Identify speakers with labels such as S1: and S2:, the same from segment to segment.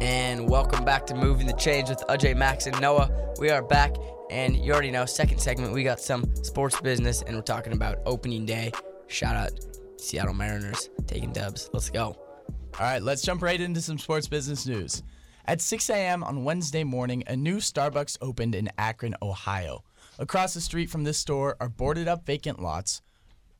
S1: And welcome back to Moving the Change with Ajay, Max, and Noah. We are back, and you already know, second segment, we got some sports business, and we're talking about opening day. Shout out Seattle Mariners taking dubs. Let's go.
S2: All right, let's jump right into some sports business news. At 6 a.m. on Wednesday morning, a new Starbucks opened in Akron, Ohio. Across the street from this store are boarded up vacant lots,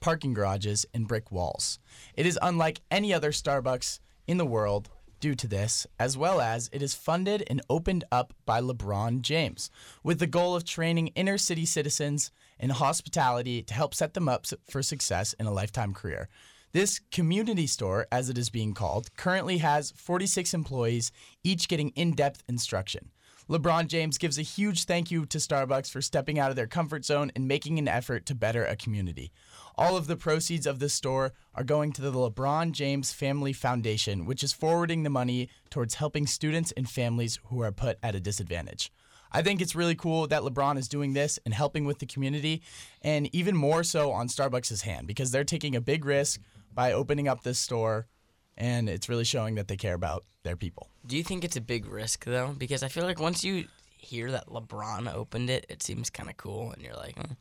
S2: parking garages, and brick walls. It is unlike any other Starbucks in the world due to this, as well as it is funded and opened up by LeBron James, with the goal of training inner city citizens in hospitality to help set them up for success in a lifetime career. This community store, as it is being called, currently has 46 employees, each getting in depth instruction. LeBron James gives a huge thank you to Starbucks for stepping out of their comfort zone and making an effort to better a community. All of the proceeds of this store are going to the LeBron James Family Foundation, which is forwarding the money towards helping students and families who are put at a disadvantage. I think it's really cool that LeBron is doing this and helping with the community, and even more so on Starbucks' hand because they're taking a big risk by opening up this store, and it's really showing that they care about their people.
S1: Do you think it's a big risk, though? Because I feel like once you hear that LeBron opened it, it seems kind of cool, and you're like, hmm.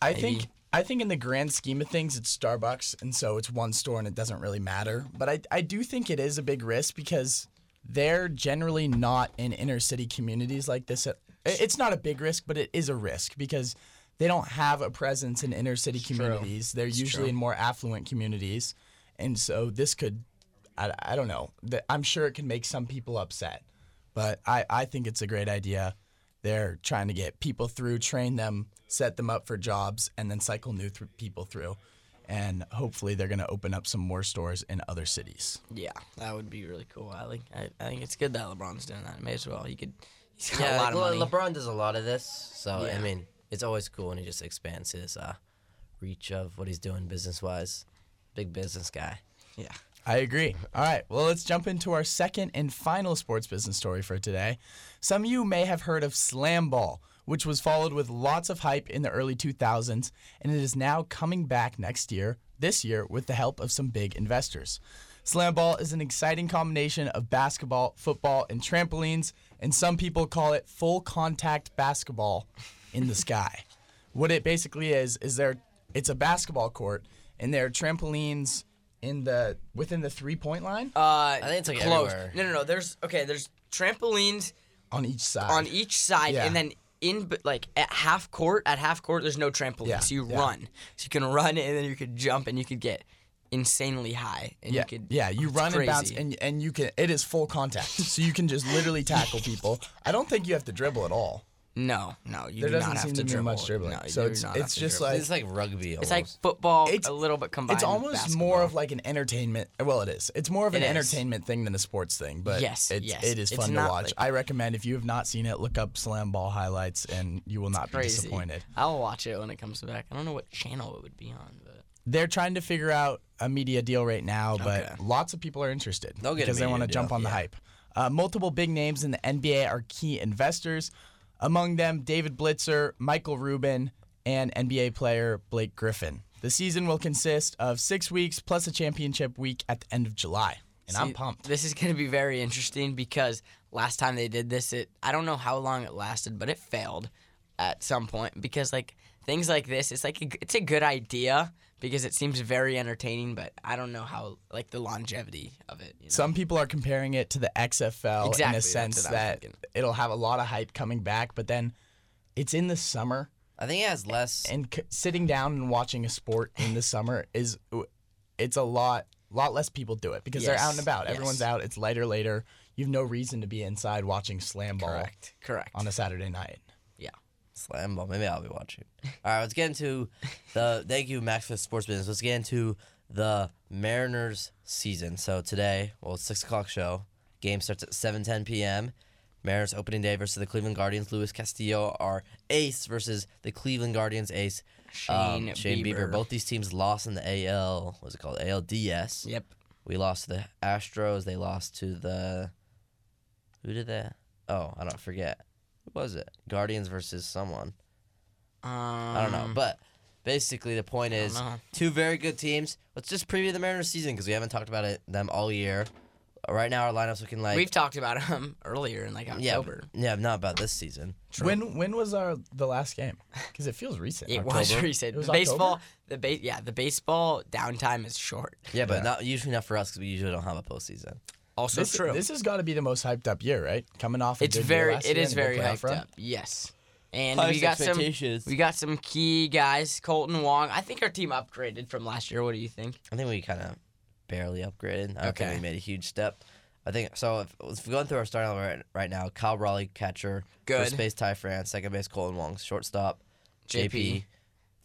S2: I
S1: Maybe.
S2: think I think in the grand scheme of things, it's Starbucks, and so it's one store, and it doesn't really matter. But I I do think it is a big risk because they're generally not in inner city communities like this. It- It's not a big risk, but it is a risk because they don't have a presence in inner city communities. They're usually in more affluent communities, and so this could. I, I don't know. Th- I'm sure it can make some people upset, but I, I think it's a great idea. They're trying to get people through, train them, set them up for jobs, and then cycle new thr people through. And hopefully, they're going to open up some more stores in other cities.
S1: yeah, that would be really cool. I like. I, I think it's good that LeBron's doing that. May as well. He could. He's got a
S3: Yeah,
S1: lot of
S3: Le-
S1: money.
S3: LeBron does a lot of this, so
S1: Yeah.
S3: I mean, it's always cool when he just expands his uh, reach of what he's doing business wise. Big business guy.
S1: yeah.
S2: I agree. All right, well, let's jump into our second and final sports business story for today. Some of you may have heard of Slam Ball, which was followed with lots of hype in the early 2000s, and it is now coming back next year, this year, with the help of some big investors. Slam Ball is an exciting combination of basketball, football, and trampolines, and some people call it full contact basketball in the sky. What it basically is is there it's a basketball court and there are trampolines in the within the three point line
S1: Uh, I
S3: think it's, like, everywhere.
S1: No, no, no. There's okay. There's trampolines
S2: on each side.
S1: on each side,
S2: Yeah.
S1: and then in but like at half court. At half court, there's no trampoline,
S2: Yeah,
S1: so you
S2: yeah.
S1: run. So you can run, and then you could jump, and you could get insanely high, and
S2: yeah,
S1: you could
S2: yeah, you
S1: it's
S2: run and bounce,
S1: crazy.
S2: and and you can. It is full contact, so you can just literally tackle people. I don't think you have to dribble at all.
S1: no, no, you
S2: There
S1: do
S2: doesn't
S1: not have
S2: seem
S1: to
S2: to be
S1: dribble.
S2: much dribbling.
S1: No, you
S2: So
S1: do
S2: it's-
S1: not have
S2: it's
S1: to
S2: just
S1: dribble.
S2: Like-
S3: it's like rugby. Almost.
S1: it's like football,
S2: It's-
S1: a little bit combined.
S2: It's
S1: with
S2: almost
S1: basketball.
S2: more of like an entertainment. Well, it is. It's more of an
S1: It is.
S2: entertainment thing than a sports thing. But
S1: Yes,
S2: it's,
S1: yes.
S2: it is
S1: It's
S2: fun to
S1: not
S2: watch.
S1: like-
S2: I recommend if you have not seen it, look up slam ball highlights, and you will not be
S1: Crazy.
S2: disappointed.
S1: I'll watch it when it comes back. I don't know what channel it would be on, but
S2: They're trying to figure out a media deal right now, but
S1: Okay.
S2: lots of people are interested
S3: They'll get a
S2: because they
S3: media
S2: want to
S3: deal.
S2: jump on the
S3: Yeah.
S2: hype. Uh, multiple big names in the NBA are key investors, among them David Blitzer, Michael Rubin, and NBA player Blake Griffin. The season will consist of six weeks plus a championship week at the end of July, and I'm
S1: See,
S2: pumped.
S1: This is going to be very interesting because last time they did this, it I don't know how long it lasted, but it failed at some point because like things like this, it's like a, g- it's a good idea because it seems very entertaining, but I don't know how like the longevity of it. You know?
S2: Some people are comparing it to the XFL in
S1: Exactly,
S2: a
S1: that's
S2: sense
S1: what I'm
S2: that
S1: thinking.
S2: it'll have a lot of hype coming back, but then it's in the summer.
S3: I think it has less.
S2: and c- sitting down and watching a sport in the summer is it's a lot lot less people do it because they're out and
S1: Yes,
S2: about
S1: yes.
S2: everyone's out it's lighter later you have no reason to be inside watching slam ball
S1: correct, correct.
S2: on a saturday night
S1: yeah,
S3: Slam ball. Maybe I'll be watching. All right, let's get into the. Thank you, Max, for the sports business. Let's get into the Mariners season. So today, well, it's six o'clock show. Game starts at seven ten p.m. Mariners opening day versus the Cleveland Guardians. Luis Castillo, our ace, versus the Cleveland Guardians ace. Um,
S1: Shane
S3: Shane Bieber.
S1: Bieber.
S3: Both these teams lost in the AL. What's it called? ALDS.
S1: yep.
S3: We lost to the Astros. They lost to the. Who did that? Oh, I don't forget. Who was it? Guardians versus someone.
S1: Um,
S3: I don't know. But basically, the point is
S1: know.
S3: two very good teams. Let's just preview the Mariners season because we haven't talked about it them all year. Right now, our lineup's looking like
S1: We've talked about him earlier in like
S3: yeah,
S1: October.
S3: yeah, not about this season.
S2: When when was our the last game? Because it feels recent.
S1: It
S3: October.
S1: was recent.
S2: It was
S1: the baseball, the base, yeah, the baseball downtime is short.
S3: Yeah, but not usually not for us because we usually don't have a postseason.
S1: Also
S2: This,
S1: true.
S2: this has got to be the most hyped up year, right? Coming off. A
S1: it's
S2: good year
S1: very,
S2: last
S1: it
S2: year
S1: is
S2: and a good
S1: very
S2: playoff
S1: hyped
S2: run.
S1: up. Yes, and we got some, we got some key guys. Colton Wong. I think our team upgraded from last year. What do you think?
S3: I think we kind of barely upgraded. I don't think
S1: Okay.
S3: we made a huge step. I think so. If, if we're going through our starting lineup right, right now, Kyle Raleigh, catcher,
S1: Good.
S3: first base Ty France, second base Colin Wong, shortstop JP,
S1: JP.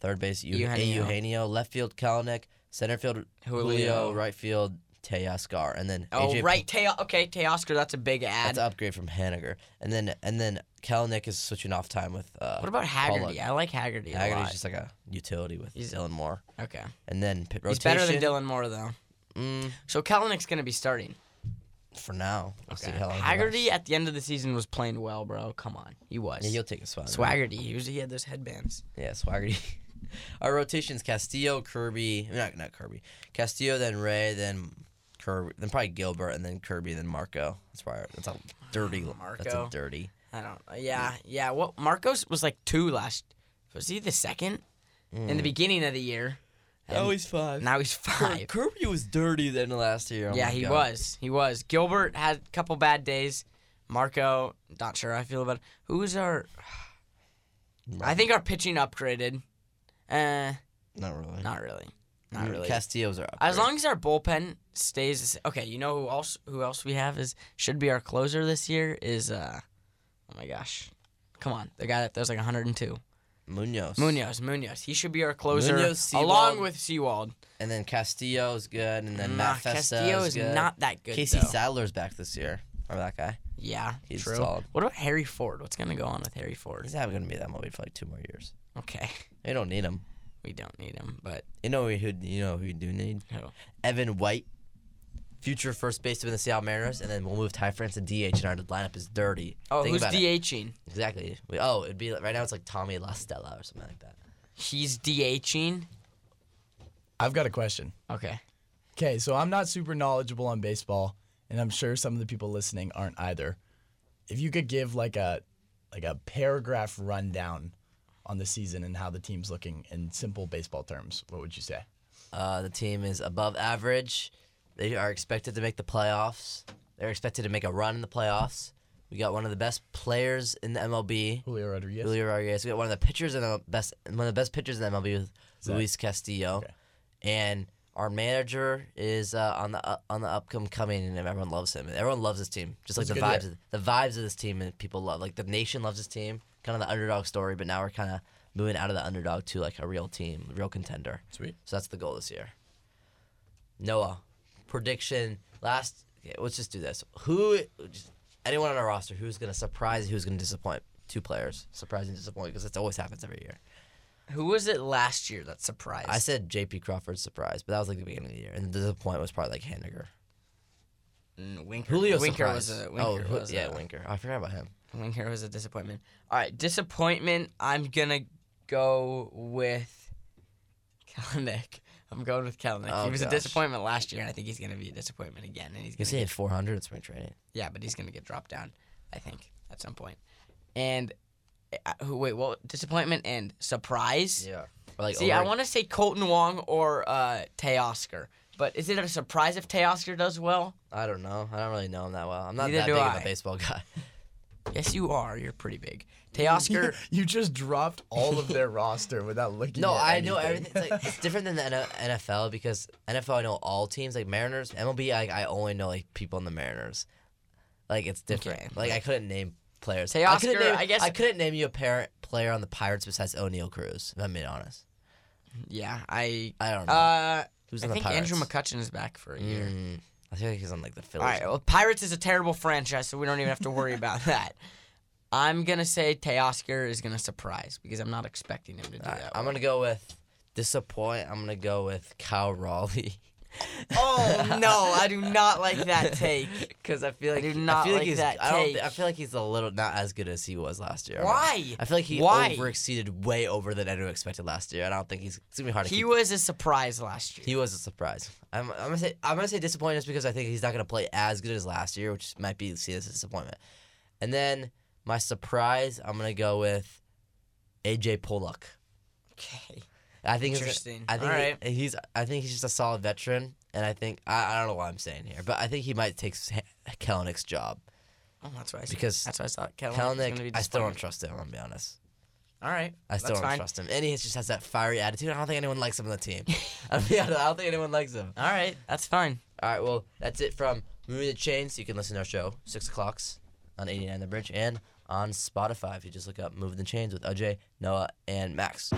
S3: third base Eu-
S1: Eugenio.
S3: Eugenio. left field Kalanick, center field Julio,
S1: Julio.
S3: right field Teoscar, and then
S1: Oh
S3: AJ
S1: right, Teo. Okay, Teoscar. That's a big ad.
S3: That's an upgrade from Haniger, and then and then Kalanick is switching off time with. Uh,
S1: what about Haggerty? I like Haggerty a
S3: Haggerty's
S1: lot.
S3: just like a utility with
S1: He's-
S3: Dylan Moore,
S1: okay,
S3: and then pit
S1: he's
S3: rotation.
S1: better than Dylan Moore though.
S3: Mm,
S1: So Kalanick's gonna be starting.
S3: for now. We'll see
S1: Okay.
S3: how long he
S1: Haggerty
S3: lasts.
S1: at the end of the season was playing well, bro. Come on, he was.
S3: Yeah, you'll take a swagger.
S1: Swaggerty. He was. He had those headbands.
S3: Yeah, Swaggerty. Our rotations: Castillo, Kirby, not not Kirby, Castillo, then Ray, then Kirby, then probably Gilbert, and then Kirby, then Marco. That's probably that's a dirty. That's a
S1: Marco.
S3: dirty.
S1: I don't. Yeah, yeah. What Marcos was like two last. Was he the second
S3: Hmm.
S1: in the beginning of the year? and
S3: he's five.
S1: now he's five.
S3: Kirby was dirty then last year. oh
S1: yeah,
S3: my
S1: he
S3: God.
S1: was. He was. Gilbert had a couple bad days. Marco, not sure how I feel about. It. Who's our? I think our pitching upgraded. Uh,
S3: Not really.
S1: not really. Not
S3: Mm,
S1: really.
S3: Castillo's are up
S1: As
S3: there.
S1: long as our bullpen stays the sa- okay, you know who else who else we have is should be our closer this year is uh oh my gosh. Come on, the guy that throws like 102.
S3: Munoz.
S1: Munoz, Munoz. He should be our closer
S3: Munoz, Seawald.
S1: along with Seawald.
S3: And then Castillo's good, and then
S1: Nah,
S3: Matt Festa
S1: Castillo is
S3: good.
S1: not that good.
S3: Casey
S1: though.
S3: Sadler's back this year. Remember that guy?
S1: Yeah,
S3: He's
S1: true.
S3: solid.
S1: What about Harry Ford? What's gonna go on with Harry Ford?
S3: He's not going to be that mobile for like two more years.
S1: Okay,
S3: They don't need him.
S1: we don't need him, but
S3: You know who you know who you do need?
S1: Who?
S3: Evan White, future first baseman of the Seattle Mariners, and then we'll move Ty France to DH, and our lineup is dirty.
S1: oh,
S3: Think
S1: who's
S3: about it.
S1: DHing?
S3: Exactly. We, oh, it'd be like, right now it's like Tommy LaStella or something like that.
S1: He's DHing.
S2: I've got a question.
S1: Okay,
S2: Okay, so I'm not super knowledgeable on baseball, and I'm sure some of the people listening aren't either. If you could give like a like a paragraph rundown on the season and how the team's looking in simple baseball terms, what would you say?
S3: Uh, the team is above average. They are expected to make the playoffs. They're expected to make a run in the playoffs. We got one of the best players in the MLB.
S2: Julio Rodriguez.
S3: Julio Rodriguez. We got one of the pitchers in the best one of the best pitchers in the MLB with Luis Castillo, and our manager is uh, on the uh, on the upcome coming, and everyone loves him. Everyone loves this team, just like
S2: It's a
S3: the
S2: good
S3: vibes
S2: year.
S3: of, the vibes of this team, and people love like the nation loves this team. Kind of the underdog story, but now we're kind of moving out of the underdog to like a real team, real contender.
S2: Sweet.
S3: So that's the goal this year. Noah, prediction last. Okay, let's just do this. Who? Just, anyone on our roster who's gonna surprise? Who's gonna disappoint? Two players, surprise and disappoint, because it always happens every year.
S1: who was it last year that surprised?
S3: I said J.P. Crawford surprise, but that was like the beginning of the year, and the disappointment was probably like Haniger.
S1: Mm, Winker.
S3: Julio
S1: Winker
S3: surprised.
S1: was a
S3: oh,
S1: Winker
S3: Hu-
S1: was
S3: yeah,
S1: a-
S3: Winker. I forgot about him.
S1: Winker was a disappointment. All right, disappointment. I'm gonna go with Kalanick. I'm going with Kalanick.
S3: Oh,
S1: he was
S3: gosh.
S1: a disappointment last year, and I think he's gonna be a disappointment again. And he's
S3: You
S1: gonna
S3: see,
S1: get,
S3: hit 400 in spring training.
S1: yeah, but he's gonna get dropped down, I think, at some point. And uh, who- wait, what disappointment and surprise?
S3: Yeah. Or like
S1: See, I
S3: over-
S1: want to say Colton Wong or uh, Teoscar, but is it a surprise if Teoscar does well?
S3: I don't know. I don't really know him that well. I'm not
S1: Neither
S3: that
S1: do
S3: big of
S1: I.
S3: a baseball guy.
S1: Yes, you are. You're pretty big. Teoscar.
S2: you just dropped all of their roster without looking.
S3: No,
S2: at
S3: I know
S2: anything.
S3: everything. It's, like, it's different than the N- NFL because NFL I know all teams like Mariners, MLB I, I only know like people in the Mariners. Like it's different.
S1: Okay.
S3: Like I couldn't name players.
S1: Hey,
S3: I couldn't
S1: Oscar,
S3: name,
S1: I guess-
S3: I couldn't name you a parent player on the Pirates besides O'Neill Cruz. If I'm being honest,
S1: yeah, I.
S3: I don't know
S1: Uh,
S3: who's
S1: I
S3: on the
S1: think
S3: Pirates.
S1: Andrew McCutcheon is back for a year.
S3: Mm, I feel like he's on like the
S1: All
S3: Phillies.
S1: right. Well, Pirates is a terrible franchise, so we don't even have to worry about that. I'm gonna say Teoscar is gonna surprise because I'm not expecting him to do
S3: All right,
S1: that.
S3: I'm
S1: well.
S3: gonna go with disappoint. I'm gonna go with Kyle Raleigh.
S1: Oh no, I do not like that take because I feel like I do not
S3: I feel like,
S1: like
S3: he's.
S1: that
S3: I don't.
S1: take.
S3: thi- I feel like he's a little not as good as he was last year.
S1: Why?
S3: I feel like he
S1: Why?
S3: overexceeded way over than anyone expected last year. I don't think he's. It's gonna be hard to
S1: he
S3: keep.
S1: was a surprise last year.
S3: He was a surprise. I'm, I'm gonna say I'm gonna say disappointing just because I think he's not gonna play as good as last year, which might be seen as a disappointment. And then my surprise, I'm gonna go with AJ Pollock.
S1: okay.
S3: I think he's a-
S1: Interesting.
S3: I think he-
S1: Alright.
S3: he's I think he's just a solid veteran, and I think I, I don't know what I'm saying here, but I think he might take S- Kelnick's job
S1: Oh, that's why I said.
S3: because
S1: That's why I thought Kelenic was going to be
S3: Kelnick, I still don't
S1: disappointing.
S3: trust him. I'm gonna be honest.
S1: All right.
S3: I still
S1: that's
S3: don't
S1: fine.
S3: trust him, and he just has that fiery attitude. I don't think anyone likes him on the team. I, mean, I don't think anyone likes him.
S1: All right, that's fine.
S3: All right, well, that's it from Moving the Chains. You can listen to our show, 6 o'clocks on 89 The Bridge and on Spotify if you just look up Moving the Chains with Ajay, Noah, and Max.